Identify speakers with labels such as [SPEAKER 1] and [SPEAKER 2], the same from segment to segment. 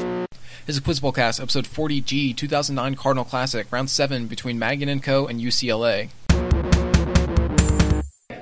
[SPEAKER 1] This is Quiz Cast, episode 40G, 2009 Cardinal Classic, round 7 between Madigan & Co. and UCLA.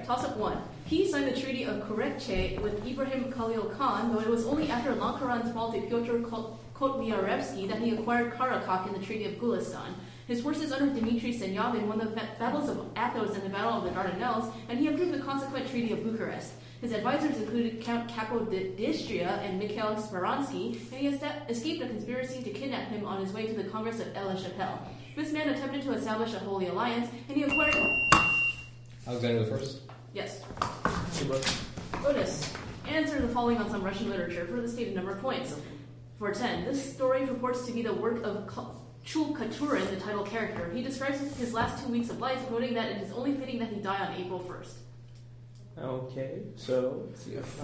[SPEAKER 2] Toss up one. He signed the Treaty of Correctche with Ibrahim Khalil Khan, though it was only after Lankaran's fall to Pyotr Ko- Kotliarevsky that he acquired Karakak in the Treaty of Gulistan. His forces under Dmitry Senyavin won the va- battles of Athos and the Battle of the Dardanelles, and he approved the consequent Treaty of Bucharest. His advisors included Count Capodistria and Mikhail Smaransky, and he esca- escaped a conspiracy to kidnap him on his way to the Congress of Ella Chapelle. This man attempted to establish a holy alliance, and he acquired.
[SPEAKER 3] Alexander the First.
[SPEAKER 2] Yes. Otis, answer the following on some Russian literature for the stated number of points. For 10, this story purports to be the work of Ka- Chul Katurin, the title character. He describes his last two weeks of life, noting that it is only fitting that he die on April 1st.
[SPEAKER 4] Okay, so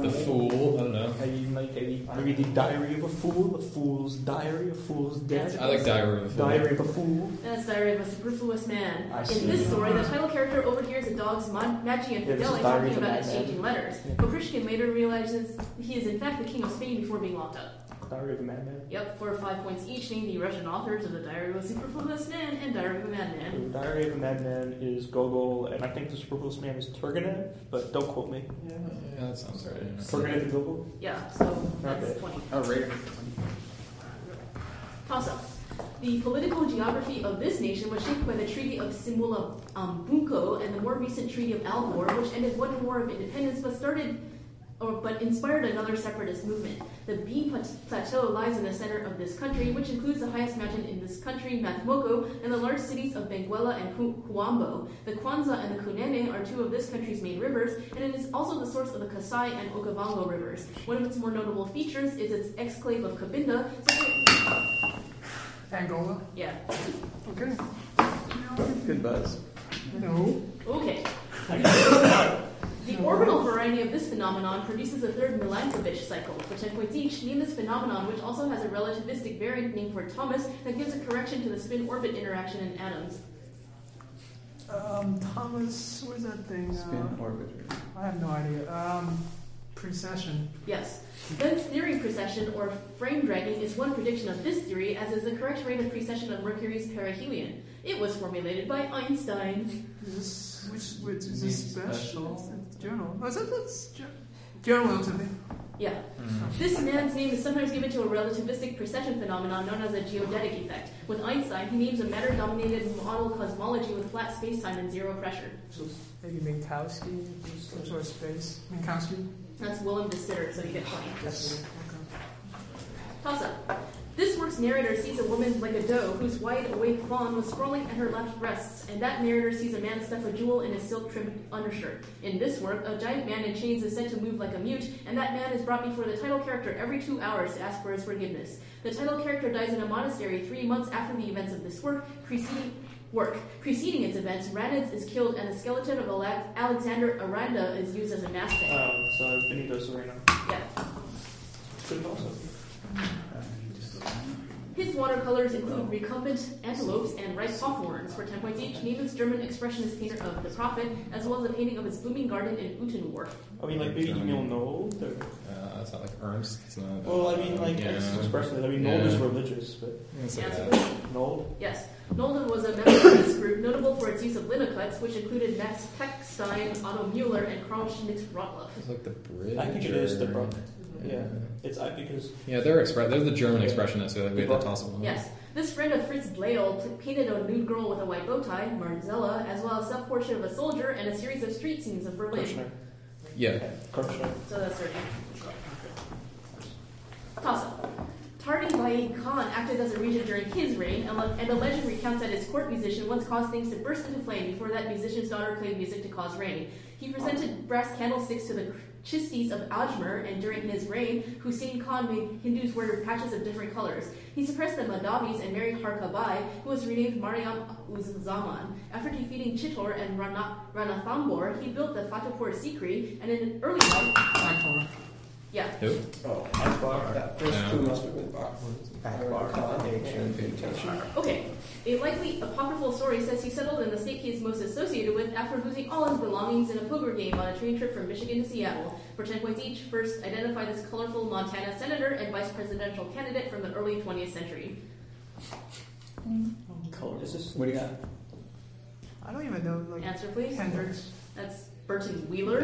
[SPEAKER 3] The Fool. I don't know.
[SPEAKER 4] Have you like have you read the Diary of a Fool, a Fool's Diary, a Fool's Death,
[SPEAKER 3] I like Diary of a Fool.
[SPEAKER 4] Diary of a Fool?
[SPEAKER 2] That's Diary of a Superfluous Man.
[SPEAKER 4] I
[SPEAKER 2] In
[SPEAKER 4] see.
[SPEAKER 2] this story, the title character overhears the dogs Mon- Maggi and
[SPEAKER 4] Yeah, this
[SPEAKER 2] Fidel
[SPEAKER 4] is Diary
[SPEAKER 2] talking
[SPEAKER 4] of a
[SPEAKER 2] about
[SPEAKER 4] Madman.
[SPEAKER 2] exchanging letters.
[SPEAKER 4] Yeah.
[SPEAKER 2] But Pushkin later realizes he is in fact the king of Spain before being locked up.
[SPEAKER 4] Diary of a Madman.
[SPEAKER 2] Yep, four or five points each. Name the Russian authors of the Diary of a Superfluous Man and Diary of a
[SPEAKER 4] The
[SPEAKER 2] Madman.
[SPEAKER 4] Diary of a Madman is Gogol, and I think the superfluous man is Turgenev, but don't quote me.
[SPEAKER 3] Yeah, yeah, that sounds right.
[SPEAKER 4] Turgenev and Gogol.
[SPEAKER 2] Yeah, so that's
[SPEAKER 4] Okay.
[SPEAKER 2] 20.
[SPEAKER 5] Oh, Raider.
[SPEAKER 2] Toss up. The political geography of this nation was shaped by the Treaty of Simula um, Bunko and the more recent Treaty of Alvor, which ended one war of independence but started or but inspired another separatist movement. The B plat- plateau lies in the center of this country, which includes the highest mountain in this country, Mathmoko, and the large cities of Benguela and Hu- Huambo. The Kwanzaa and the Kunene are two of this country's main rivers, and it is also the source of the Kasai and Okavango rivers. One of its more notable features is its exclave of Cabinda. so-
[SPEAKER 5] Angola.
[SPEAKER 2] yeah.
[SPEAKER 5] Okay. Good buzz. No.
[SPEAKER 2] Okay. the orbital variety of this phenomenon produces a third Milankovitch cycle. For 10 points each, name this phenomenon, which also has a relativistic variant named for Thomas that gives a correction to the spin orbit interaction in atoms.
[SPEAKER 5] Um, Thomas, what is that thing?
[SPEAKER 6] Spin
[SPEAKER 5] Uh,
[SPEAKER 6] orbiter.
[SPEAKER 5] I have no idea. Um, precession.
[SPEAKER 2] Yes. Ben's theory precession, or frame dragging, is one prediction of this theory, as is the correct rate of precession of Mercury's perihelion. It was formulated by Einstein.
[SPEAKER 5] Is this which which is this
[SPEAKER 6] Means
[SPEAKER 5] special?
[SPEAKER 6] special.
[SPEAKER 5] It's journal. Oh, is that, that's ju- journal to me.
[SPEAKER 2] Yeah.
[SPEAKER 7] Mm-hmm.
[SPEAKER 2] This man's name is sometimes given to a relativistic precession phenomenon known as a geodetic effect. With Einstein, he names a matter-dominated model cosmology with flat spacetime and zero pressure.
[SPEAKER 5] So maybe Minkowski, some sort of space. Minkowski.
[SPEAKER 2] That's Willem de Sitter, so you get 20.
[SPEAKER 5] Yes.
[SPEAKER 2] Toss up. This work's narrator sees a woman like a doe whose wide awake fawn was sprawling at her left breast, and that narrator sees a man stuff a jewel in a silk trimmed undershirt. In this work, a giant man in chains is said to move like a mute, and that man is brought before the title character every two hours to ask for his forgiveness. The title character dies in a monastery three months after the events of this work, preceding work. Preceding its events, Ranitz is killed, and the skeleton of Ale- Alexander Aranda is used as a mask. head.
[SPEAKER 4] Um, so Benito Sereno.
[SPEAKER 2] Yeah.
[SPEAKER 4] Good also.
[SPEAKER 2] His watercolors include recumbent antelopes and ripe hawthorns. For 10 points each, Neiman's German expressionist painter of The Prophet, as well as a painting of his blooming garden in Utenwort.
[SPEAKER 4] I mean, like maybe Emil Nold. Or,
[SPEAKER 3] Uh, it's not like Ernst. It's not,
[SPEAKER 4] well, I mean, like
[SPEAKER 3] yeah.
[SPEAKER 4] it's expressly. I mean, Nold is
[SPEAKER 3] Yeah.
[SPEAKER 4] religious, but
[SPEAKER 3] It's like
[SPEAKER 2] Yes.
[SPEAKER 3] that.
[SPEAKER 4] Nold.
[SPEAKER 2] Yes, Nolden was a member of this group, notable for its use of linocuts, which included Max Peckstein, Otto Mueller, and Karl Schmidt Rotloff.
[SPEAKER 3] It's like the bridge.
[SPEAKER 4] I think it is the
[SPEAKER 3] or-
[SPEAKER 4] Brock. Yeah, it's I because
[SPEAKER 3] Yeah, they're expre- They're the German expressionists. So we had that toss one.
[SPEAKER 2] Yes, this friend of Fritz Blale p- painted a nude girl with a white bow tie, Marzella, as well as some portrait of a soldier and a series of street scenes of Berlin.
[SPEAKER 4] Kirchner.
[SPEAKER 3] Yeah.
[SPEAKER 4] Yeah, Kirchner.
[SPEAKER 2] So that's her Toss up. Tardy Baid Khan acted as a regent during his reign, and le- and a legend recounts that his court musician once caused things to burst into flame before that musician's daughter played music to cause rain. He presented brass candlesticks to the Chistis of Ajmer, and during his reign, Hussein Khan made Hindus wear patches of different colors. He suppressed the Madhavis and married Harkabai, who was renamed Mariam Uz Zaman. After defeating Chittor and Rana- Ranathambor, he built the Fatehpur Sikri, and in an early life,
[SPEAKER 5] Minkowski.
[SPEAKER 2] Yeah.
[SPEAKER 3] Who?
[SPEAKER 6] Oh,
[SPEAKER 4] Akbar.
[SPEAKER 6] that first
[SPEAKER 3] No.
[SPEAKER 6] two must have been Bach.
[SPEAKER 4] Akbar.
[SPEAKER 2] Okay. A likely apocryphal story says he settled in the state he is most associated with after losing all his belongings in a poker game on a train trip from Michigan to Seattle. For 10 points each, first identify this colorful Montana senator and vice presidential candidate from the early 20th century.
[SPEAKER 4] Is this
[SPEAKER 6] What do you got?
[SPEAKER 5] I don't even know, like,
[SPEAKER 2] Answer, please.
[SPEAKER 5] Hendrix.
[SPEAKER 2] That's Burton Wheeler.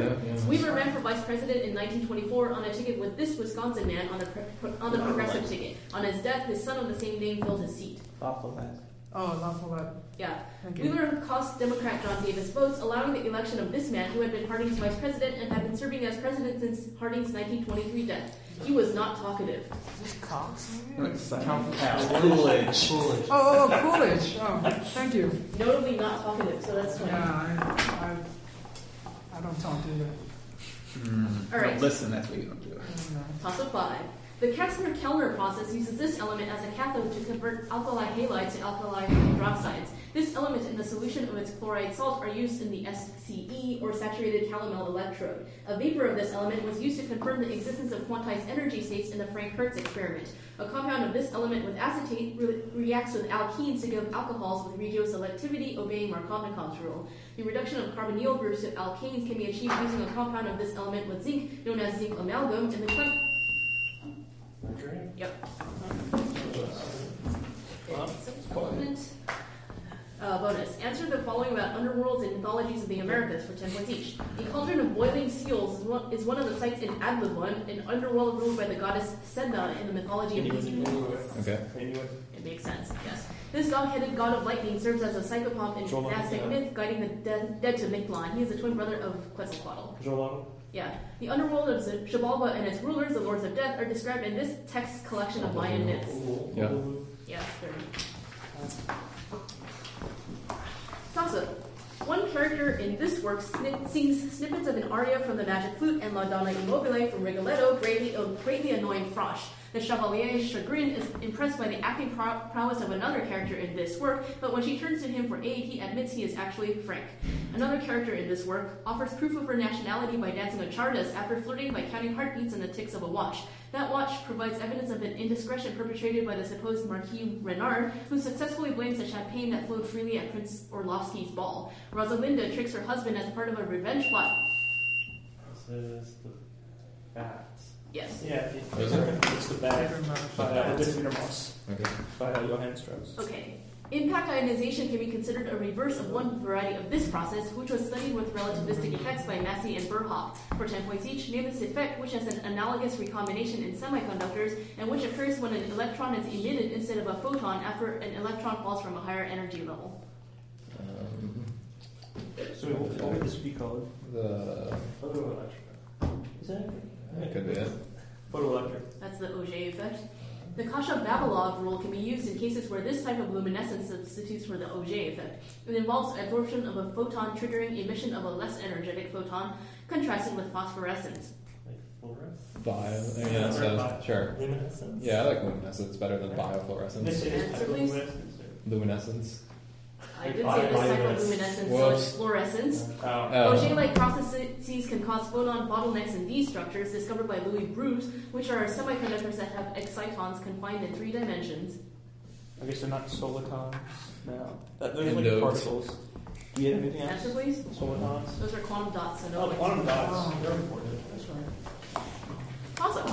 [SPEAKER 2] Wheeler ran for vice president in 1924 on a ticket with this Wisconsin man on the, pro- on the progressive ticket. On his death, his son of the same name filled his seat.
[SPEAKER 4] off of that?
[SPEAKER 5] Oh, lawful lab.
[SPEAKER 2] Yeah.
[SPEAKER 5] Thank you.
[SPEAKER 2] Wheeler cost Democrat John Davis votes, allowing the election of this man who had been Harding's vice president and had been serving as president since Harding's 1923 death. He was not talkative.
[SPEAKER 5] Is this Cox?
[SPEAKER 4] Count Powell. Coolidge. Coolidge.
[SPEAKER 5] Oh, oh, oh, Coolidge. Oh, thank you.
[SPEAKER 2] Notably not talkative, so that's 20.
[SPEAKER 5] Yeah, I, I, I don't talk to you.
[SPEAKER 2] All right.
[SPEAKER 6] Listen, that's what you don't
[SPEAKER 5] I
[SPEAKER 6] do.
[SPEAKER 5] don't know.
[SPEAKER 2] Toss of five. The Kastner-Kellner process uses this element as a cathode to convert alkali halides to alkali hydroxides. This element and the solution of its chloride salt are used in the SCE or saturated calomel electrode. A vapor of this element was used to confirm the existence of quantized energy states in the Frank Hertz experiment. A compound of this element with acetate re- reacts with alkenes to give alcohols with regioselectivity, obeying Markovnikov's rule. The reduction of carbonyl groups to alkanes can be achieved using a compound of this element with zinc, known as zinc amalgam, and the clen- Yep. Development. Uh, bonus. Answer the following about underworlds and mythologies of the Americas for 10 points each. The Cauldron of Boiling Seals is one, is one of the sites in Adlabon, an underworld ruled by the goddess Sedna in the mythology of Eastern.
[SPEAKER 3] Okay.
[SPEAKER 4] Inuit.
[SPEAKER 2] It makes sense, yes. This dog-headed god of lightning serves as a psychopomp in
[SPEAKER 4] Jolong,
[SPEAKER 2] monastic
[SPEAKER 4] yeah.
[SPEAKER 2] myth, guiding the dead, dead to Mictlan. He is the twin brother of Quetzalcoatl.
[SPEAKER 4] Jolong.
[SPEAKER 2] Yeah. The underworld of Shabalba and its rulers, the Lords of Death, are described in this text collection of Mayan myths.
[SPEAKER 3] Yeah.
[SPEAKER 2] Yes, there. Gossip. One character in this work snip- sings snippets of an aria from the Magic Flute and La Donna Immobile from Rigoletto, greatly, oh, greatly annoying Frosh. The Chevalier's chagrin is impressed by the acting pro- prowess of another character in this work, but when she turns to him for aid, he admits he is actually Frank. Another character in this work offers proof of her nationality by dancing a chardas after flirting by counting heartbeats and the ticks of a watch. That watch provides evidence of an indiscretion perpetrated by the supposed Marquis Renard, who successfully blames the champagne that flowed freely at Prince Orlovsky's ball. Rosalinda tricks her husband as part of a revenge plot.
[SPEAKER 4] This is the bats.
[SPEAKER 2] Yes.
[SPEAKER 4] Yeah.
[SPEAKER 3] Is it?
[SPEAKER 4] It's the bat
[SPEAKER 5] Never mind.
[SPEAKER 4] by uh, Dick Moss
[SPEAKER 3] Okay.
[SPEAKER 4] by uh, Johann Strauss.
[SPEAKER 2] Okay. Impact ionization can be considered a reverse of one variety of this process, which was studied with relativistic effects by Massey and Burhoff. For 10 points each, name this effect, which has an analogous recombination in semiconductors, and which occurs when an electron is emitted instead of a photon after an electron falls from a higher energy level.
[SPEAKER 3] Um,
[SPEAKER 4] So what what would this be called?
[SPEAKER 3] the
[SPEAKER 4] Photoelectric. Is that?
[SPEAKER 3] that could be it.
[SPEAKER 4] Photoelectric.
[SPEAKER 2] That's the Auger effect. The Kasha-Vavilov rule can be used in cases where this type of luminescence substitutes for the Auger effect. It involves absorption of a photon triggering emission of a less energetic photon, contrasting with phosphorescence.
[SPEAKER 4] Like fluorescence.
[SPEAKER 3] Bio. Yeah, that's what I was- sure.
[SPEAKER 4] Luminescence.
[SPEAKER 3] Yeah, I like luminescence better than
[SPEAKER 4] This
[SPEAKER 3] biofluorescence.
[SPEAKER 4] is
[SPEAKER 2] Answer, please.
[SPEAKER 4] luminescence.
[SPEAKER 3] Luminescence.
[SPEAKER 2] I did say this type of luminescence, so it's
[SPEAKER 3] Whoops.
[SPEAKER 2] fluorescence.
[SPEAKER 4] Oh.
[SPEAKER 3] Oh.
[SPEAKER 2] Auger-like processes can cause photon bottlenecks in these structures discovered by Louis Bruce, which are semiconductors that have excitons confined in three dimensions.
[SPEAKER 4] I guess they're not solitons. No. That, those are like
[SPEAKER 3] Anodes.
[SPEAKER 4] particles. Do you have anything else?
[SPEAKER 2] Answer, please.
[SPEAKER 4] Solitons?
[SPEAKER 2] Those are quantum dots, so no.
[SPEAKER 4] No, the
[SPEAKER 2] one's-
[SPEAKER 4] Oh, quantum dots. They're important.
[SPEAKER 5] That's right.
[SPEAKER 2] Also,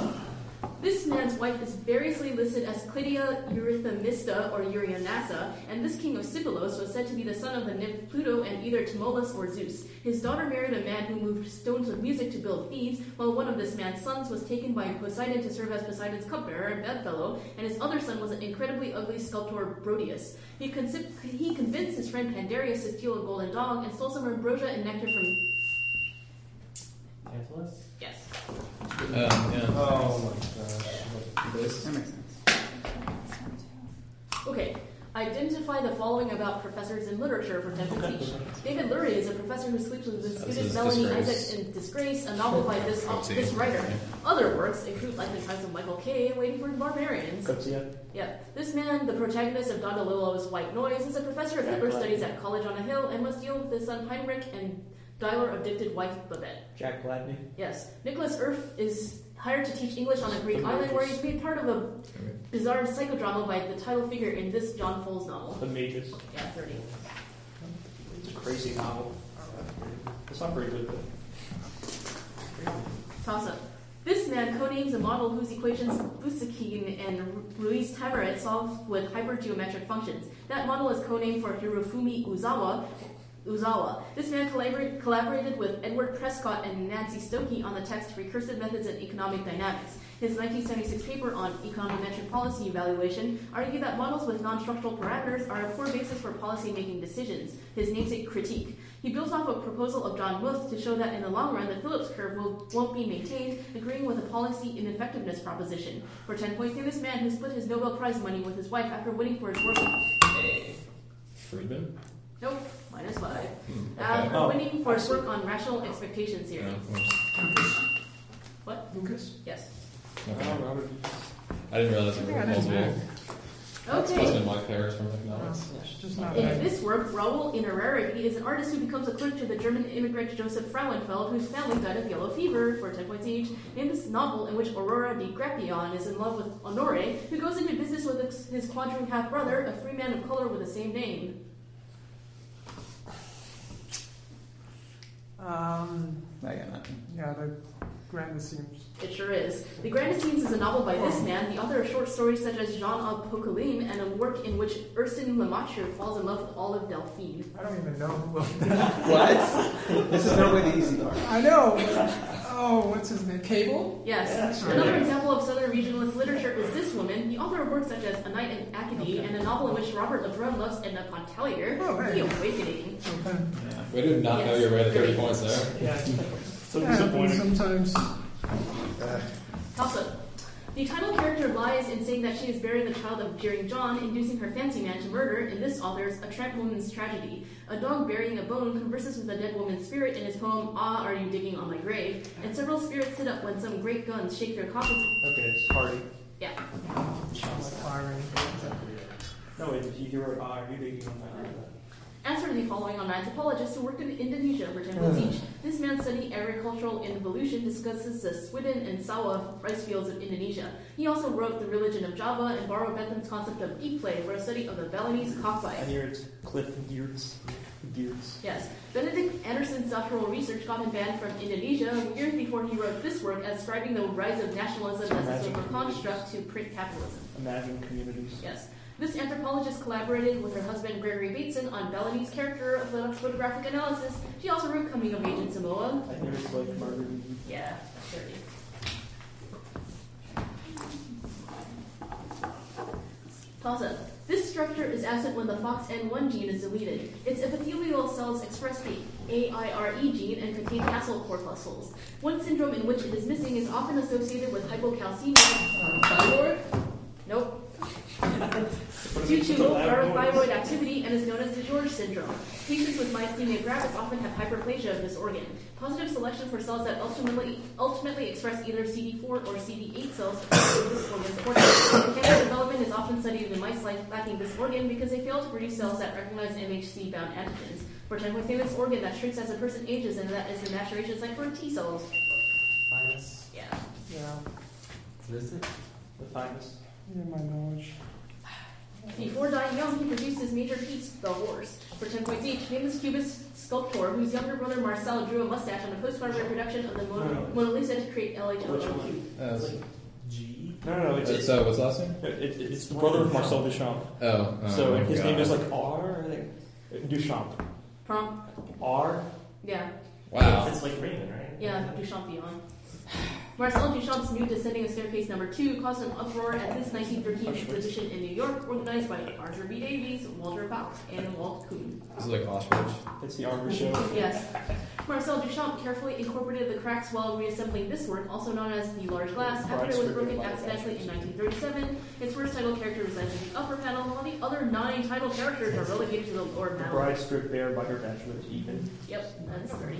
[SPEAKER 2] this man's wife is variously listed as Clitia Eurythemista or Euryanassa, and this king of Sipylos was said to be the son of the nymph Pluto and either Tmolus or Zeus. His daughter married a man who moved stones with music to build Thebes, while one of this man's sons was taken by Poseidon to serve as Poseidon's cupbearer and bedfellow, and his other son was an incredibly ugly sculptor Brodius. He, consi- he convinced his friend Pandarius to steal a golden dog and stole some ambrosia and nectar from. Yes.
[SPEAKER 3] Um, yeah.
[SPEAKER 6] Oh my gosh. That makes sense.
[SPEAKER 2] Okay. Identify the following about professors in literature for 10 points each. David Lurie is a professor who sleeps with his
[SPEAKER 3] This
[SPEAKER 2] student
[SPEAKER 3] is
[SPEAKER 2] Melanie
[SPEAKER 3] Disgrace.
[SPEAKER 2] Isaacs in Disgrace, a novel by this,
[SPEAKER 3] Oopsie.
[SPEAKER 2] this writer. Other works include Life and Times of Michael Kay and Waiting for the Barbarians.
[SPEAKER 4] Garcia.
[SPEAKER 2] Yep. This man, the protagonist of Dondololo's White Noise, is a professor of
[SPEAKER 4] Jack
[SPEAKER 2] Hitler
[SPEAKER 4] Black.
[SPEAKER 2] studies at College on a Hill and must deal with his son Heinrich and dialer addicted wife Babette.
[SPEAKER 4] Jack Gladney.
[SPEAKER 2] Yes. Nicholas Erf is hired to teach English on a Greek island where he's made part of a bizarre psychodrama by the title figure in this John Foles novel.
[SPEAKER 4] The Mages.
[SPEAKER 2] Yeah, 30.
[SPEAKER 4] It's a crazy novel. It's not very good. Though.
[SPEAKER 2] Toss up. This man codenames a model whose equations Busakin and Ruiz Tavares solve with hypergeometric functions. That model is codenamed for Hirofumi Uzawa. Uzawa. This man collabor- collaborated with Edward Prescott and Nancy Stokey on the text Recursive Methods in Economic Dynamics. His 1976 paper on econometric policy evaluation argued that models with non-structural parameters are a poor basis for policy-making decisions. His namesake critique. He builds off a proposal of John Wilth to show that in the long run, the Phillips curve will, won't be maintained, agreeing with a policy ineffectiveness proposition. For 10 points, in this man who split his Nobel Prize money with his wife after winning for his work.
[SPEAKER 3] Friedman?
[SPEAKER 2] Nope, minus five.
[SPEAKER 3] Hmm, okay.
[SPEAKER 2] Uh, for
[SPEAKER 4] Oh,
[SPEAKER 2] winning for
[SPEAKER 4] I
[SPEAKER 2] his
[SPEAKER 4] see.
[SPEAKER 2] work on rational expectations theory.
[SPEAKER 3] Yeah, of course.
[SPEAKER 2] What?
[SPEAKER 4] Lucas.
[SPEAKER 2] Yes.
[SPEAKER 3] Okay.
[SPEAKER 4] Robert.
[SPEAKER 3] I didn't realize
[SPEAKER 5] I
[SPEAKER 3] it
[SPEAKER 5] think I
[SPEAKER 3] was
[SPEAKER 5] did
[SPEAKER 3] multiple.
[SPEAKER 5] too.
[SPEAKER 3] Must have
[SPEAKER 2] Okay.
[SPEAKER 3] been my pairs from McDonald's.
[SPEAKER 5] It's just not
[SPEAKER 2] In
[SPEAKER 5] bad.
[SPEAKER 2] this work, Raoul Inerrarity is an artist who becomes a clerk to the German immigrant Joseph Frauenfeld, whose family died of yellow fever for 10 points each, in this novel in which Aurora de Grepillon is in love with Honore, who goes into business with his- his quadroon half brother, a free man of color with the same name.
[SPEAKER 5] Um,
[SPEAKER 6] I got nothing.
[SPEAKER 5] yeah, the grandest seems.
[SPEAKER 2] It sure is. The Grandest Scenes is a novel by this man, the author of short stories such as Jean of Pocoline, and a work in which Ursin Lamachère falls in love with Olive Delphine.
[SPEAKER 5] I don't even know who.
[SPEAKER 6] What? this is no way the easy part.
[SPEAKER 5] I know. Oh, what's his name? Cable.
[SPEAKER 2] Yes.
[SPEAKER 5] Yeah.
[SPEAKER 2] Another example of Southern regionalist literature is this woman, the author of works such as A Night in Acadie and a novel in which Robert Lebrun loves Edna Pontellier,
[SPEAKER 5] Oh, hey.
[SPEAKER 2] The Awakening.
[SPEAKER 5] Okay.
[SPEAKER 3] We did not know you were at 30 points there.
[SPEAKER 4] Yeah. so
[SPEAKER 5] Yeah, happens
[SPEAKER 4] disappointing.
[SPEAKER 5] sometimes.
[SPEAKER 2] Toss up. The title character lies in saying that she is burying the child of Jeering John, inducing her fancy man to murder in this author's A Tramp Woman's Tragedy. A dog burying a bone converses with a dead woman's spirit in his poem, Ah, Are You Digging on My Grave? And several spirits sit up when some great guns shake their coffins.
[SPEAKER 4] Okay, it's Hardy.
[SPEAKER 2] Yeah.
[SPEAKER 5] Shots firing.
[SPEAKER 4] No, it, you were uh, you digging on that.
[SPEAKER 2] As for the following on anthropologists who worked in Indonesia for 10 months each, this man studying agricultural involution discusses the Swidden and Sawa rice fields of Indonesia. He also wrote The Religion of Java and borrowed Bentham's concept of deep play for a study of the Balinese
[SPEAKER 4] And
[SPEAKER 2] cockfight.
[SPEAKER 4] here it's Cliff Geertz. Geertz.
[SPEAKER 2] Yes, Benedict Anderson's doctoral research got him banned from Indonesia years before he wrote this work ascribing the rise of nationalism as a
[SPEAKER 4] Imagine
[SPEAKER 2] social
[SPEAKER 4] communities.
[SPEAKER 2] construct to print capitalism.
[SPEAKER 4] Imagine communities.
[SPEAKER 2] Yes. This anthropologist collaborated with her husband Gregory Bateson on Bellamy's character of the photographic analysis. She also wrote Coming of Age in Samoa.
[SPEAKER 4] I hear it's like Margaret.
[SPEAKER 2] Yeah, that's dirty. Toss up. This structure is absent when the FOXN1 gene is deleted. Its epithelial cells express the AIRE E gene and contain tassel corpuscles. One syndrome in which it is missing is often associated with hypocalcemia, thyroid. Nope due to parathyroid activity and is known as the George syndrome. Patients with myasthenia gravis often have hyperplasia of this organ. Positive selection for cells that ultimately, ultimately express either CD4 or CD8 cells is this organ's portion. Cancer development is often studied in mice like- lacking this organ because they fail to produce cells that recognize MHC-bound antigens. For example, this organ that shrinks as a person ages, and that is the maturation site for T cells.
[SPEAKER 4] Finest.
[SPEAKER 2] Yeah.
[SPEAKER 5] Yeah,
[SPEAKER 6] What is it?
[SPEAKER 4] The finest.
[SPEAKER 5] yeah, my knowledge.
[SPEAKER 2] Before dying young, he produced his major piece, The Horse, for 10 points each. Famous Cubist sculptor whose younger brother Marcel drew a mustache on a postcard reproduction of the Mona, Mona Lisa to create
[SPEAKER 4] Oh. Which
[SPEAKER 2] LHOLQ.
[SPEAKER 4] one?
[SPEAKER 3] Uh,
[SPEAKER 4] G. No, no, no. It's, it's,
[SPEAKER 3] so, what's last name?
[SPEAKER 4] it, it's the brother of Marcel Duchamp.
[SPEAKER 3] Oh. oh,
[SPEAKER 4] so and his
[SPEAKER 3] God.
[SPEAKER 4] name is like R. I think. Duchamp.
[SPEAKER 2] Prom?
[SPEAKER 4] R.
[SPEAKER 2] Yeah,
[SPEAKER 3] Wow.
[SPEAKER 4] It's like Raymond, right?
[SPEAKER 2] yeah, Duchampillon. Marcel Duchamp's new Descending of Staircase number 2 caused an uproar at this 1913 exhibition in New York, organized by Arthur B. Davies, Walter Bach, and Walt Kuhn.
[SPEAKER 3] This is like ostrich.
[SPEAKER 4] It's the Arbor Show.
[SPEAKER 2] Yes. Marcel Duchamp carefully incorporated the cracks while reassembling this work, also known as the large glass, after it was broken accidentally in 1937. Its first title character resides in the upper panel, while the other nine title characters are relegated to the lower
[SPEAKER 4] The
[SPEAKER 2] panel.
[SPEAKER 4] bride stripped bare by her bachelor's even.
[SPEAKER 2] Yep, that's 30.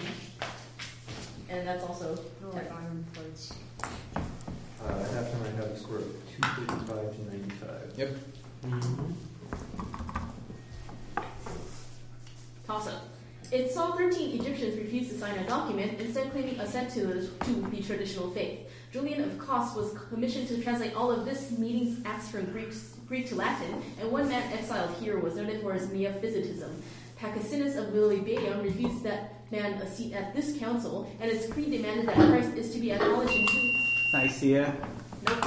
[SPEAKER 2] And that's also
[SPEAKER 5] No, like iron plates.
[SPEAKER 8] Uh, half time I have a score of 255 to 95.
[SPEAKER 3] Yep.
[SPEAKER 4] Mm-hmm.
[SPEAKER 2] toss up. It saw 13 Egyptians refused to sign a document, instead claiming assent to, to the traditional faith. Julian of Kos was commissioned to translate all of this meeting's acts from Greek, Greek to Latin, and one man exiled here was noted for his Miaphysitism. Pacasinus of Lilybæum refused that man a seat at this council, and its creed demanded that Christ is to be acknowledged in two
[SPEAKER 6] Nicaea.
[SPEAKER 2] Nope.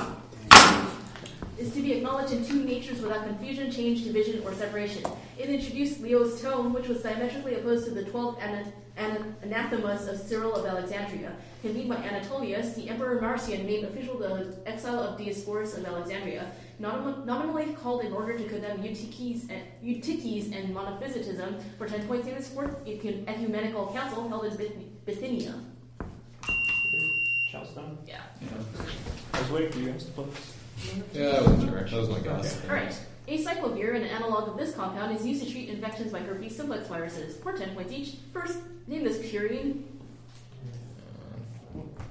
[SPEAKER 2] Is to be acknowledged in two natures without confusion, change, division, or separation. It introduced Leo's tome, which was diametrically opposed to the 12 ana- ana- anathemas of Cyril of Alexandria. Convened by Anatolius, the Emperor Marcian made official the exile of Dioscorus of Alexandria, nomin- nominally called in order to condemn Eutyches and, Eutyches and Monophysitism for 10 points in his fourth ecu- ecumenical council held in Bith- Bithynia.
[SPEAKER 4] Charlestown.
[SPEAKER 2] Yeah.
[SPEAKER 4] I was waiting for you guys to books.
[SPEAKER 3] Yeah, that was, direct. that was my guess.
[SPEAKER 2] All right. Acyclovir, an analog of this compound, is used to treat infections by herpes simplex viruses for 10 points each. First, name this purine.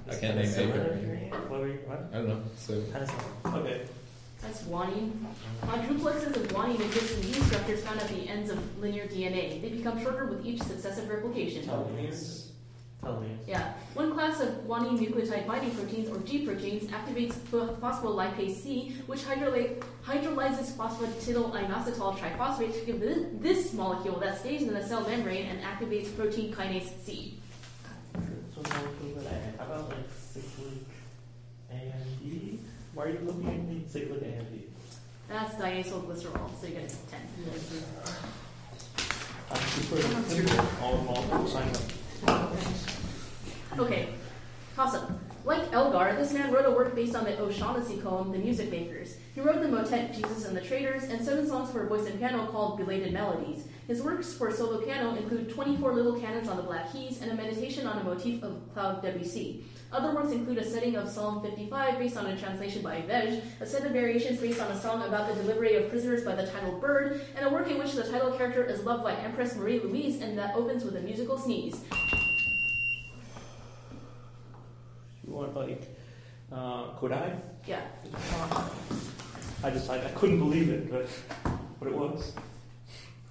[SPEAKER 3] I can't name
[SPEAKER 4] Silver? What?
[SPEAKER 3] Uh, I don't know. So
[SPEAKER 4] Okay.
[SPEAKER 2] That's guanine. Quadruplexes of guanine exist in these structures found at the ends of linear DNA. They become shorter with each successive replication.
[SPEAKER 6] Telomeres. Telomeres.
[SPEAKER 2] Yeah. One class of guanine nucleotide binding proteins, or G proteins, activates pho- phospholipase C, which hydrola- hydrolyzes phosphatidylinositol triphosphate to give thi- this molecule that stays in the cell membrane and activates protein kinase C.
[SPEAKER 4] So it's all good, but I- how about like cyclic AMD? Why are you looking at me? Cyclic AMD.
[SPEAKER 2] That's diacylglycerol, so you get 10.
[SPEAKER 4] I'm super all involved. Sign up.
[SPEAKER 2] Okay, awesome. Like Elgar, this man wrote a work based on the O'Shaughnessy poem, The Music Makers. He wrote the motet Jesus and the Traders and seven songs for voice and piano called Belated Melodies. His works for solo piano include 24 Little Cannons on the Black Keys and a meditation on a motif of Cloud Debussy. Other works include a setting of Psalm 55 based on a translation by Vej, a set of variations based on a song about the delivery of prisoners by the title Bird, and a work in which the title character is loved by Empress Marie Louise and that opens with a musical sneeze.
[SPEAKER 4] You want like, uh, could I?
[SPEAKER 2] Yeah.
[SPEAKER 4] I just I, I couldn't believe it, but what it was.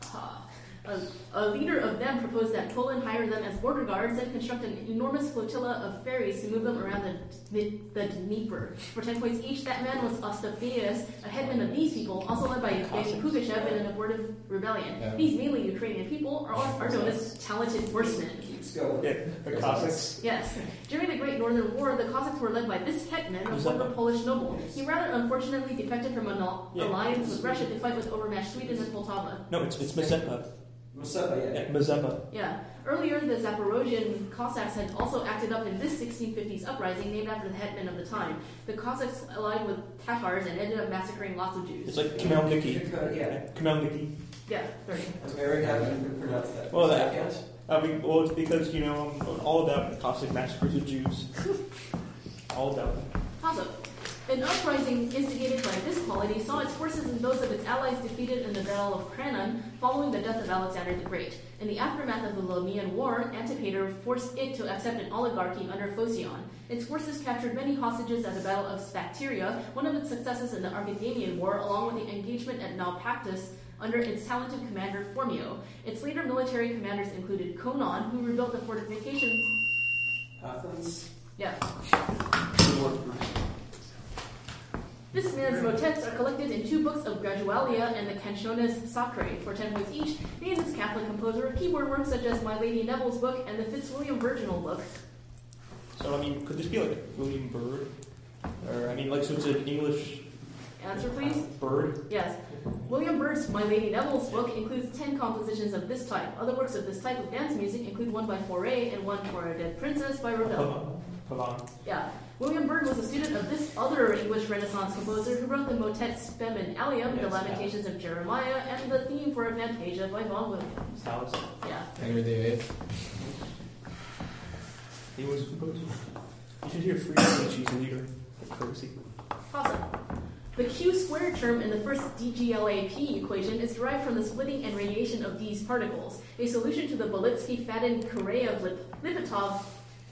[SPEAKER 2] Ha. A, a leader of them proposed that Poland hire them as border guards and construct an enormous flotilla of ferries to move them around the, the, the Dnieper. For 10 points each, that man was Ostafius, a headman of these people, also led by Yevgeny Pugachev in an abortive rebellion.
[SPEAKER 3] Yeah.
[SPEAKER 2] These mainly Ukrainian people are, are known as talented horsemen.
[SPEAKER 8] Keeps going.
[SPEAKER 4] Yeah, the Cossacks.
[SPEAKER 2] Yes. During the Great Northern War, the Cossacks were led by this hetman, a
[SPEAKER 4] Was that
[SPEAKER 2] former
[SPEAKER 4] the-
[SPEAKER 2] Polish noble. He rather unfortunately defected from an al-
[SPEAKER 4] Yeah.
[SPEAKER 2] alliance with Russia to fight with overmatched Sweden and Poltava.
[SPEAKER 4] No, it's it's Mazeppa.
[SPEAKER 8] Masada, yeah.
[SPEAKER 4] Yeah, Mazeppa.
[SPEAKER 2] Yeah. Earlier, the Zaporozhian Cossacks had also acted up in this 1650s uprising named after the hetman of the time. The Cossacks allied with Tatars and ended up massacring lots of Jews.
[SPEAKER 4] It's like Kamelniki.
[SPEAKER 8] Uh, Yeah.
[SPEAKER 4] Kamelniki.
[SPEAKER 2] yeah, sorry.
[SPEAKER 8] Very happy to pronounce that.
[SPEAKER 4] Well,
[SPEAKER 8] Does
[SPEAKER 4] that-
[SPEAKER 8] count?
[SPEAKER 4] I mean, well, it's because you know I'm all about Cossack massacres of Jews. all about them.
[SPEAKER 2] Also, an uprising instigated by this quality saw its forces and those of its allies defeated in the Battle of Cranum following the death of Alexander the Great. In the aftermath of the Lamanian War, Antipater forced it to accept an oligarchy under Phocion. Its forces captured many hostages at the Battle of Spacteria, one of its successes in the Argandanian War, along with the engagement at Naupactus under its talented commander Formio. Its later military commanders included Conon, who rebuilt the fortification.
[SPEAKER 8] Athens.
[SPEAKER 2] Yeah.
[SPEAKER 8] Good work.
[SPEAKER 2] This man's motets are collected in two books of Gradualia and the Canciones Sacrae for 10 points each, made as a Catholic composer of keyboard works such as My Lady Neville's book and the Fitzwilliam Virginal book.
[SPEAKER 4] So I mean, could this be like William Byrd? Or I mean, like so it's an English
[SPEAKER 2] Answer, please?
[SPEAKER 4] Byrd.
[SPEAKER 2] Yes. William Byrds' My Lady Neville's book includes 10 compositions of this type. Other works of this type of dance music include one by Foray and one for a Dead Princess by Ravel.
[SPEAKER 4] Pavon. Pavon.
[SPEAKER 2] Yeah. William Byrd was a student of this other English Renaissance composer who wrote the motet Spem and Allium, the
[SPEAKER 4] Yes, yeah.
[SPEAKER 2] Lamentations of Jeremiah, and the theme for Fantasia by Vaughan Williams.
[SPEAKER 4] Salazar.
[SPEAKER 2] Yeah.
[SPEAKER 3] Henry VIII.
[SPEAKER 4] He was a composer. You should hear free speech. He's a leader. Courtesy.
[SPEAKER 2] Awesome. The q squared term in the first DGLAP equation is derived from the splitting and radiation of these particles. A solution to the Bolitsky fadden Kureyev Lipitov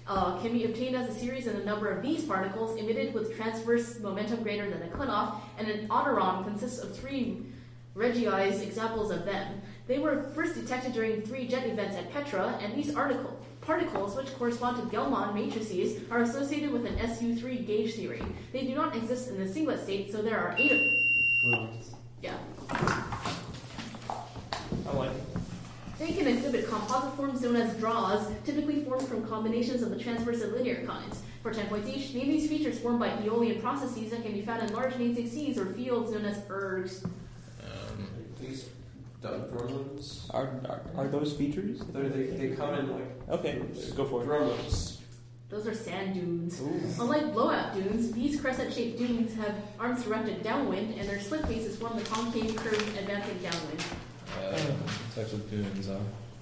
[SPEAKER 2] uh, can be obtained as a series in the number of these particles emitted with transverse momentum greater than a cutoff, and an autoron consists of three Regiized examples of them. They were first detected during three jet events at Petra, and these article, Particles, which correspond to Gelman matrices, are associated with an SU3 gauge theory. They do not exist in the singlet state, so there are eight of
[SPEAKER 6] gluons.
[SPEAKER 2] Yeah.
[SPEAKER 4] I like it.
[SPEAKER 2] They can exhibit composite forms known as draws, typically formed from combinations of the transverse and linear kinds. For 10 points each, name these features formed by aeolian processes that can be found in large nascent seas or fields known as ergs.
[SPEAKER 1] Um,
[SPEAKER 6] These drumlins.
[SPEAKER 4] Are, are, are those features?
[SPEAKER 6] They're, they they come in like
[SPEAKER 4] Okay, go for it.
[SPEAKER 6] drumlins.
[SPEAKER 2] Those are sand dunes.
[SPEAKER 4] Ooh.
[SPEAKER 2] Unlike blowout dunes, these crescent-shaped dunes have arms directed downwind, and their slit faces form the concave curve advancing downwind.
[SPEAKER 3] Uh, types of dunes, huh?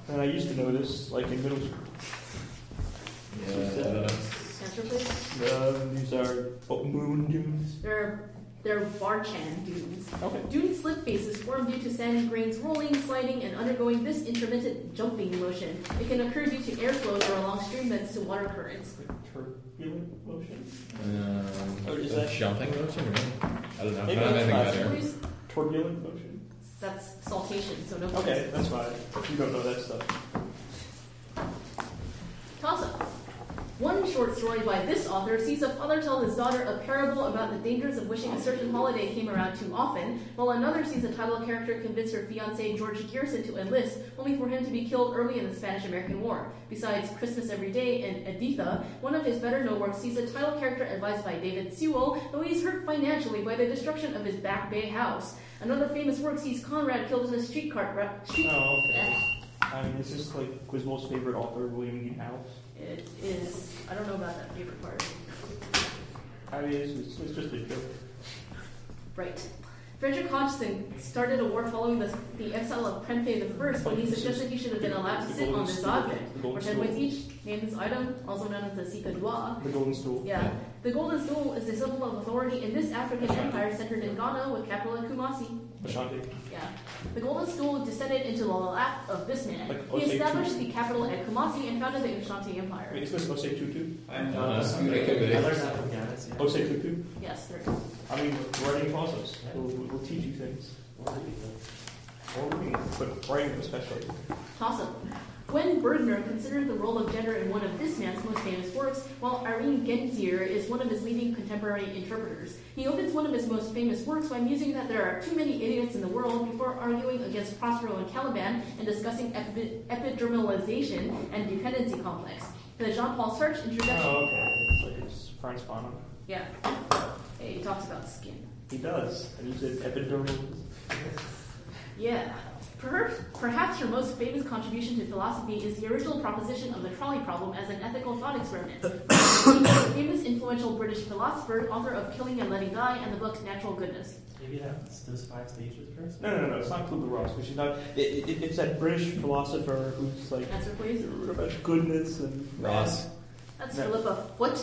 [SPEAKER 4] And I used to notice, like in middle school,
[SPEAKER 3] Yeah. I don't know.
[SPEAKER 2] Catchphrase?
[SPEAKER 4] um, these are oh, moon dunes.
[SPEAKER 2] They're they're barchan dunes.
[SPEAKER 4] Okay.
[SPEAKER 2] Dune slip faces form due to sand grains rolling, sliding, and undergoing this intermittent jumping motion. It can occur due to airflow or along stream beds to water currents.
[SPEAKER 4] Turbulent motion?
[SPEAKER 3] Um,
[SPEAKER 4] Or Oh, is
[SPEAKER 3] a
[SPEAKER 4] that-
[SPEAKER 3] jumping motion? Really? I don't know. I
[SPEAKER 4] Maybe
[SPEAKER 3] don't know
[SPEAKER 4] that's
[SPEAKER 3] anything about
[SPEAKER 4] not-
[SPEAKER 3] air.
[SPEAKER 2] Please-
[SPEAKER 4] Turbulent motion?
[SPEAKER 2] That's saltation, so no points.
[SPEAKER 4] Okay, that's fine. If you don't know that stuff.
[SPEAKER 2] Toss up. One short story by this author sees a father tell his daughter a parable about the dangers of wishing a certain holiday came around too often, while another sees a title character convince her fiance George Gerson to enlist, only for him to be killed early in the Spanish American War. Besides Christmas Every Day and Editha, one of his better known works sees a title character advised by David Sewell, though he's hurt financially by the destruction of his Back Bay house. Another famous work sees Conrad killed in a streetcar ra- street
[SPEAKER 4] Oh, okay. I mean, is this like Quizmo's favorite author, William Dean House?
[SPEAKER 2] It is. I don't know about that favorite part.
[SPEAKER 4] I mean, it's, it's, it's just a joke.
[SPEAKER 2] Right. Frederick Hodgson started a war following the, the exile of Prempeh I when he suggested he should have been allowed to sit on this object.
[SPEAKER 4] The
[SPEAKER 2] For
[SPEAKER 4] golden
[SPEAKER 2] 10 points
[SPEAKER 4] stool.
[SPEAKER 2] each, name this item, also known as the Sika Dwa.
[SPEAKER 4] The golden stool.
[SPEAKER 2] Yeah. The golden stool is a symbol of authority in this African empire centered in Ghana with capital in Kumasi.
[SPEAKER 4] Ashanti.
[SPEAKER 2] Yeah. The golden stool descended into the lap of this man.
[SPEAKER 4] Like
[SPEAKER 2] He
[SPEAKER 4] Osei
[SPEAKER 2] established
[SPEAKER 4] Tutu.
[SPEAKER 2] the capital at Kumasi and founded the Ashanti Empire.
[SPEAKER 4] Wait, is this Osei Tutu?
[SPEAKER 6] I'm
[SPEAKER 3] Uh,
[SPEAKER 6] not disputing.
[SPEAKER 3] it could be.
[SPEAKER 6] I learned that from Giannis. Yeah.
[SPEAKER 4] Osei Tutu?
[SPEAKER 2] Yes, there.
[SPEAKER 4] I mean, we're writing process.
[SPEAKER 6] Yeah.
[SPEAKER 4] We'll, we'll teach you things.
[SPEAKER 6] What do you think?
[SPEAKER 4] Or reading, but writing especially.
[SPEAKER 2] Awesome. Gwen Bergner considered the role of gender in one of this man's most famous works, while Irene Genzier is one of his leading contemporary interpreters. He opens one of his most famous works by musing that there are too many idiots in the world before arguing against Prospero and Caliban and discussing epi- epidermalization and dependency complex. The Jean Paul Sartre introduction.
[SPEAKER 4] Oh, okay. It's like it's Franz Fanon.
[SPEAKER 2] Yeah. He talks about skin.
[SPEAKER 4] He does. And he said epidermal.
[SPEAKER 2] Yeah. Perhaps, perhaps her most famous contribution to philosophy is the original proposition of the trolley problem as an ethical thought experiment. The famous influential British philosopher, author of Killing and Letting Die and the book Natural Goodness.
[SPEAKER 6] Maybe that's those five stages first.
[SPEAKER 4] No, no, no, no. It's not Kubler Ross, which is not. It, it, it's that British philosopher who's like
[SPEAKER 2] Answer please.
[SPEAKER 4] about goodness and
[SPEAKER 3] Ross.
[SPEAKER 2] That's
[SPEAKER 4] No.
[SPEAKER 2] Philippa Foot.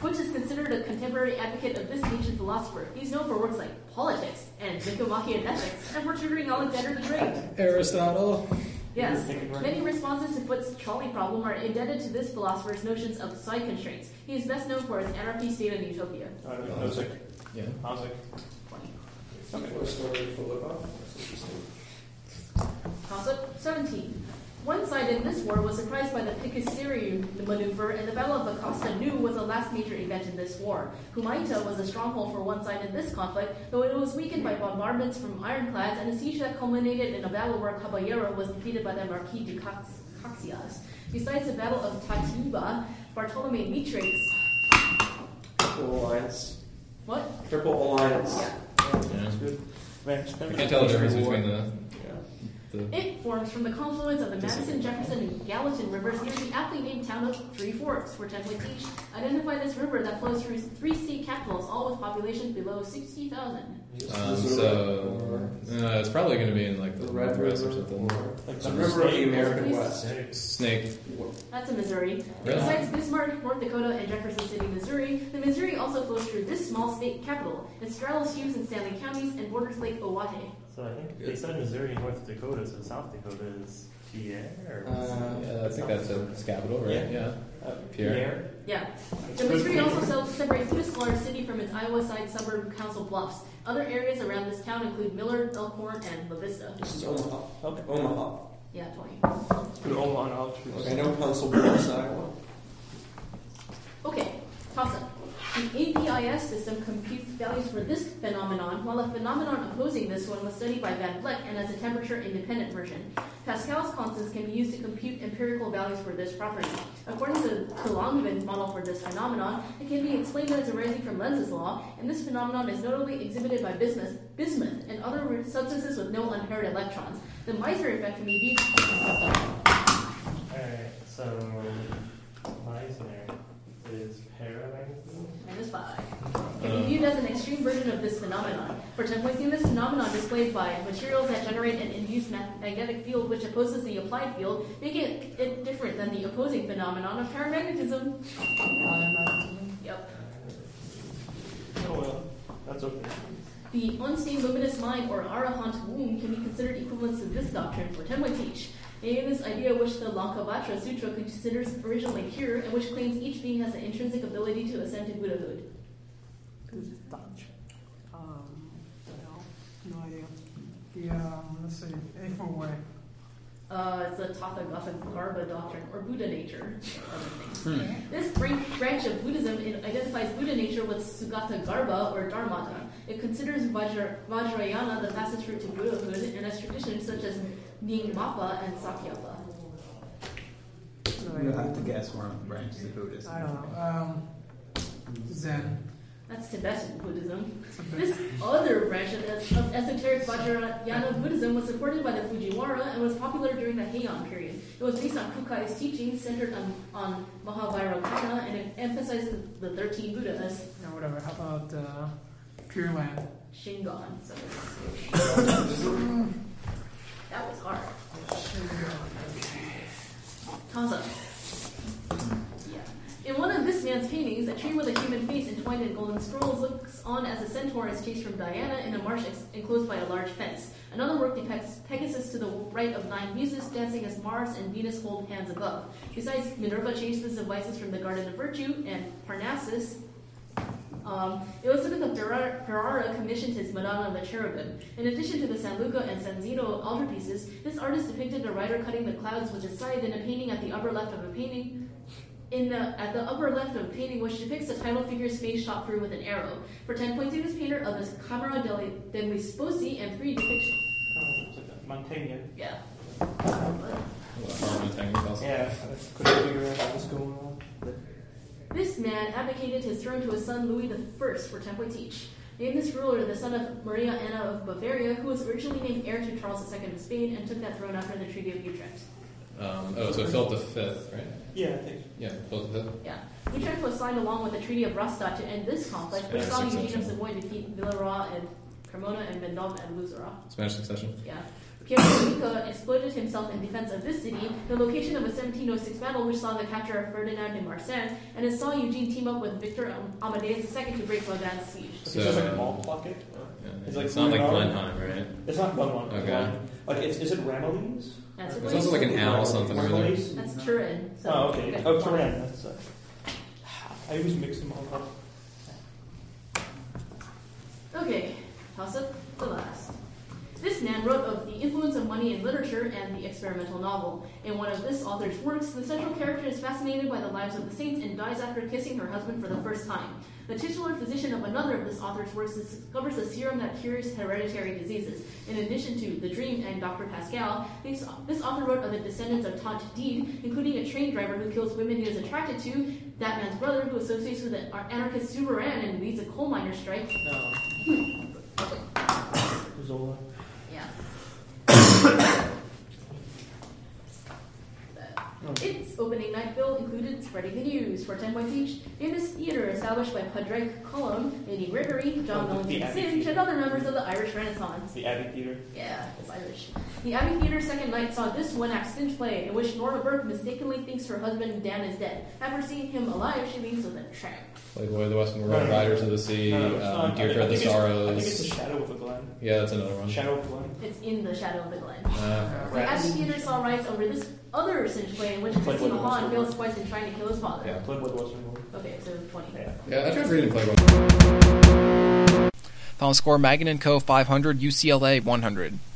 [SPEAKER 2] Foot is considered a contemporary advocate of this ancient philosopher. He's known for works like Politics and Nicomachean Ethics and for tutoring Alexander the Great.
[SPEAKER 3] Aristotle.
[SPEAKER 2] Yes.
[SPEAKER 4] Thinking right.
[SPEAKER 2] Many responses to Foote's trolley problem are indebted to this philosopher's notions of psi constraints. He is best known for his anarchy state and utopia.
[SPEAKER 4] I don't know. Nozick.
[SPEAKER 3] Yeah.
[SPEAKER 4] Nozick.
[SPEAKER 6] What story for Philippa? That's interesting.
[SPEAKER 2] Concept 17. One side in this war was surprised by the Picasserie maneuver, and the Battle of Acosta Nu was the last major event in this war. Humaita was a stronghold for one side in this conflict, though it was weakened by bombardments from ironclads and a siege that culminated in a battle where Caballero was defeated by the Marquis de Cox- Coxias. Besides the Battle of Tatiba, Bartolome Mitrix.
[SPEAKER 6] Triple alliance.
[SPEAKER 2] What?
[SPEAKER 6] Triple alliance.
[SPEAKER 2] Yeah.
[SPEAKER 3] Yeah.
[SPEAKER 4] It's good. Man,
[SPEAKER 3] I can't tell the difference between the.
[SPEAKER 6] Yeah.
[SPEAKER 3] the
[SPEAKER 2] It forms from the confluence of the Madison, Jefferson, and Gallatin rivers near the aptly named town of Three Forks, where 10 points each identify this river that flows through three state capitals, all with populations below 60,000.
[SPEAKER 3] um,
[SPEAKER 6] This is
[SPEAKER 3] so uh, it's probably going to be in like the,
[SPEAKER 8] The Red
[SPEAKER 3] Northwest
[SPEAKER 8] River.
[SPEAKER 3] or something.
[SPEAKER 4] Like
[SPEAKER 6] The
[SPEAKER 4] the
[SPEAKER 6] river of the
[SPEAKER 4] snake.
[SPEAKER 6] American
[SPEAKER 2] Please.
[SPEAKER 6] West.
[SPEAKER 3] Snake.
[SPEAKER 2] That's in Missouri.
[SPEAKER 3] Really?
[SPEAKER 2] Besides Bismarck, North Dakota, and Jefferson City, Missouri, the Missouri also flows through this small state capital. It straddles Hughes and Stanley counties and borders Lake Owate.
[SPEAKER 6] So I think they said Missouri and North Dakota, so South Dakota is Pierre or
[SPEAKER 8] Uh,
[SPEAKER 3] Yeah, I think that's it. It's capital, right?
[SPEAKER 6] Yeah.
[SPEAKER 3] Yeah.
[SPEAKER 4] Uh,
[SPEAKER 3] Pierre.
[SPEAKER 2] Yeah.
[SPEAKER 4] It's
[SPEAKER 2] The
[SPEAKER 4] good
[SPEAKER 2] Missouri
[SPEAKER 4] for
[SPEAKER 2] also
[SPEAKER 4] you.
[SPEAKER 2] se- separates this large city from its Iowa side suburb Council Bluffs. Other areas around this town include Miller, Elkhorn, and La Vista.
[SPEAKER 6] This is Omaha.
[SPEAKER 4] Okay.
[SPEAKER 6] Omaha.
[SPEAKER 2] Yeah, 20.
[SPEAKER 7] roll on all troops.
[SPEAKER 8] Look, I know Council Bluffs, Iowa.
[SPEAKER 2] Okay, toss up. The APIS system computes values for this phenomenon, while the phenomenon opposing this one was studied by Van Vleck and as a temperature independent version. Pascal's constants can be used to compute empirical values for this property. According to the Langevin model for this phenomenon, it can be explained as arising from Lenz's law, and this phenomenon is notably exhibited by bismuth, bismuth and other substances with no unpaired electrons. The Miser effect can be viewed.
[SPEAKER 6] Alright, so Meisner is paramagnetism?
[SPEAKER 2] Minus five. Can be viewed as an extreme version of this phenomenon. For example, we've seen this phenomenon displayed by materials that generate an induced ma- magnetic field which opposes the applied field, making it, it different than the opposing phenomenon of paramagnetism. Yep.
[SPEAKER 4] Oh well, that's okay.
[SPEAKER 2] The unstained luminous mind or arahant womb can be considered equivalent to this doctrine for Tenwa teach. Maybe this idea which the Lakavatra Sutra considers originally pure and which claims each being has an intrinsic ability to ascend to Buddhahood.
[SPEAKER 5] Um, no idea. The, um, let's see, April Way.
[SPEAKER 2] Uh, it's the Tathagata Garba doctrine, or Buddha nature. other things. This bran- branch of Buddhism it identifies Buddha nature with Sugata Garba, or Dharmata. It considers Vajra- Vajrayana the fastest route to Buddhahood and has traditions such as Nyingmapa and Sakyapa.
[SPEAKER 5] No
[SPEAKER 7] You'll
[SPEAKER 5] idea.
[SPEAKER 7] have to guess one of the branches of Buddhism.
[SPEAKER 5] I don't know. Um, Zen.
[SPEAKER 2] That's Tibetan Buddhism.
[SPEAKER 5] It's a bit-
[SPEAKER 2] This other branch of, es- of esoteric Vajrayana Buddhism was supported by the Fujiwara and was popular during the Heian period. It was based on Kukai's teachings centered on, on Mahavairakata and it emphasizes the 13 Buddhas.
[SPEAKER 5] No, whatever. How about uh, Pure Land?
[SPEAKER 2] Shingon. So that was hard. Tanza. Yeah. In one of this man's paintings, a tree with a human face entwined in golden scrolls looks on as a centaur is chased from Diana in a marsh ex- enclosed by a large fence. Another work depicts Pegasus to the right of nine muses dancing as Mars and Venus hold hands above. Besides, Minerva chases the vices from the Garden of Virtue and Parnassus um, it was something that Ferrara, Ferrara commissioned his Madonna the Cherubim. In addition to the San Luca and San Zeno altarpieces, this artist depicted a rider cutting the clouds with his scythe in a painting at the upper left of a painting. In the, at the upper left of a painting, which depicts the title figure's face shot through with an arrow. For 10 points, he was painter of the Camera degli, degli Sposi and three depictions.
[SPEAKER 4] Oh, it's like a Montaigne.
[SPEAKER 2] Yeah.
[SPEAKER 3] Farm attack is also.
[SPEAKER 4] Yeah, I couldn't figure out what was going on.
[SPEAKER 2] This man abdicated his throne to his son Louis I for 10 points each. Named this ruler the son of Maria Anna of Bavaria, who was originally named heir to Charles II of Spain and took that throne after the Treaty of Utrecht.
[SPEAKER 3] Um, oh, so Philip the Fifth, right?
[SPEAKER 4] Yeah, I think.
[SPEAKER 3] Yeah, Philip the Fifth.
[SPEAKER 2] Yeah. Utrecht was signed along with the Treaty of Rastatt to end this conflict, which
[SPEAKER 3] Yeah,
[SPEAKER 2] saw
[SPEAKER 3] six
[SPEAKER 2] Eugene of
[SPEAKER 3] section.
[SPEAKER 2] Savoy defeat Villeroi and Cremona and Vendôme and Luzerat.
[SPEAKER 3] Spanish Succession.
[SPEAKER 2] Yeah. Pierre exploded himself in defense of this city, the location of a 1706 battle which saw the capture of Ferdinand de Marsan, and it saw Eugene team up with Victor Am- Amadeus II to break Lausanne's siege.
[SPEAKER 3] So-
[SPEAKER 7] is it like a mall pocket?
[SPEAKER 3] Yeah,
[SPEAKER 7] It's
[SPEAKER 3] it's,
[SPEAKER 7] like
[SPEAKER 3] not like
[SPEAKER 7] Glenarm.
[SPEAKER 3] Blenheim, right?
[SPEAKER 7] It's not one one.
[SPEAKER 3] Okay.
[SPEAKER 7] Like, it's, is it Ramillies?
[SPEAKER 2] That's a
[SPEAKER 3] There's also like an owl something over there.
[SPEAKER 7] Ramillies?
[SPEAKER 2] That's Turin. So
[SPEAKER 7] Oh, okay.
[SPEAKER 2] good
[SPEAKER 7] Oh,
[SPEAKER 2] point.
[SPEAKER 7] Turan. That's. Uh, I always mix them all up.
[SPEAKER 2] Okay, toss up the last. This man wrote of the influence of money in literature and the experimental novel. In one of this author's works, the central character is fascinated by the lives of the saints and dies after kissing her husband for the first time. The titular physician of another of this author's works discovers a serum that cures hereditary diseases. In addition to The Dream and Dr. Pascal, this, this author wrote of the descendants of Tante Deed, including a train driver who kills women he is attracted to, that man's brother who associates with an anarchist Souveran and leads a coal miner strike,
[SPEAKER 4] No. Zola.
[SPEAKER 2] Yeah.
[SPEAKER 4] Oh.
[SPEAKER 2] Its opening night bill included spreading the news for 10 points each. Famous theater established by Padraig Colum, Lady Gregory, John
[SPEAKER 4] Oh, the
[SPEAKER 2] Millington
[SPEAKER 4] Abbey
[SPEAKER 2] Synge, and
[SPEAKER 4] Theatre.
[SPEAKER 2] other members of the Irish Renaissance.
[SPEAKER 4] The Abbey Theater.
[SPEAKER 2] Yeah, it's Irish. The Abbey Theater's second night saw this one-act Synge play in which Nora Burke mistakenly thinks her husband Dan is dead. After seeing him alive, she leaves with a tramp.
[SPEAKER 3] Playboy, the Western
[SPEAKER 4] No, no,
[SPEAKER 3] World,
[SPEAKER 4] no.
[SPEAKER 3] Riders of the Sea,
[SPEAKER 4] No, no, it's not. I
[SPEAKER 3] um,
[SPEAKER 4] think- I
[SPEAKER 3] Deirdre of the
[SPEAKER 4] think it's- I think it's the
[SPEAKER 3] Sorrows.
[SPEAKER 4] Shadow of a Glen.
[SPEAKER 3] Yeah, that's another one.
[SPEAKER 4] Shadow of a Glen.
[SPEAKER 2] It's in the shadow of the glen.
[SPEAKER 3] Uh,
[SPEAKER 2] The Abbey Theater saw riots over this other Synge play in which
[SPEAKER 4] Playboy
[SPEAKER 2] Christina Hahn
[SPEAKER 4] Western.
[SPEAKER 2] fails twice in trying to kill his father.
[SPEAKER 3] yeah.
[SPEAKER 4] Played by the Western World.
[SPEAKER 2] Okay, so 20.
[SPEAKER 4] Yeah.
[SPEAKER 3] Yeah, I tried reading Playboy.
[SPEAKER 1] Final score Magan and Co. 500, UCLA 100.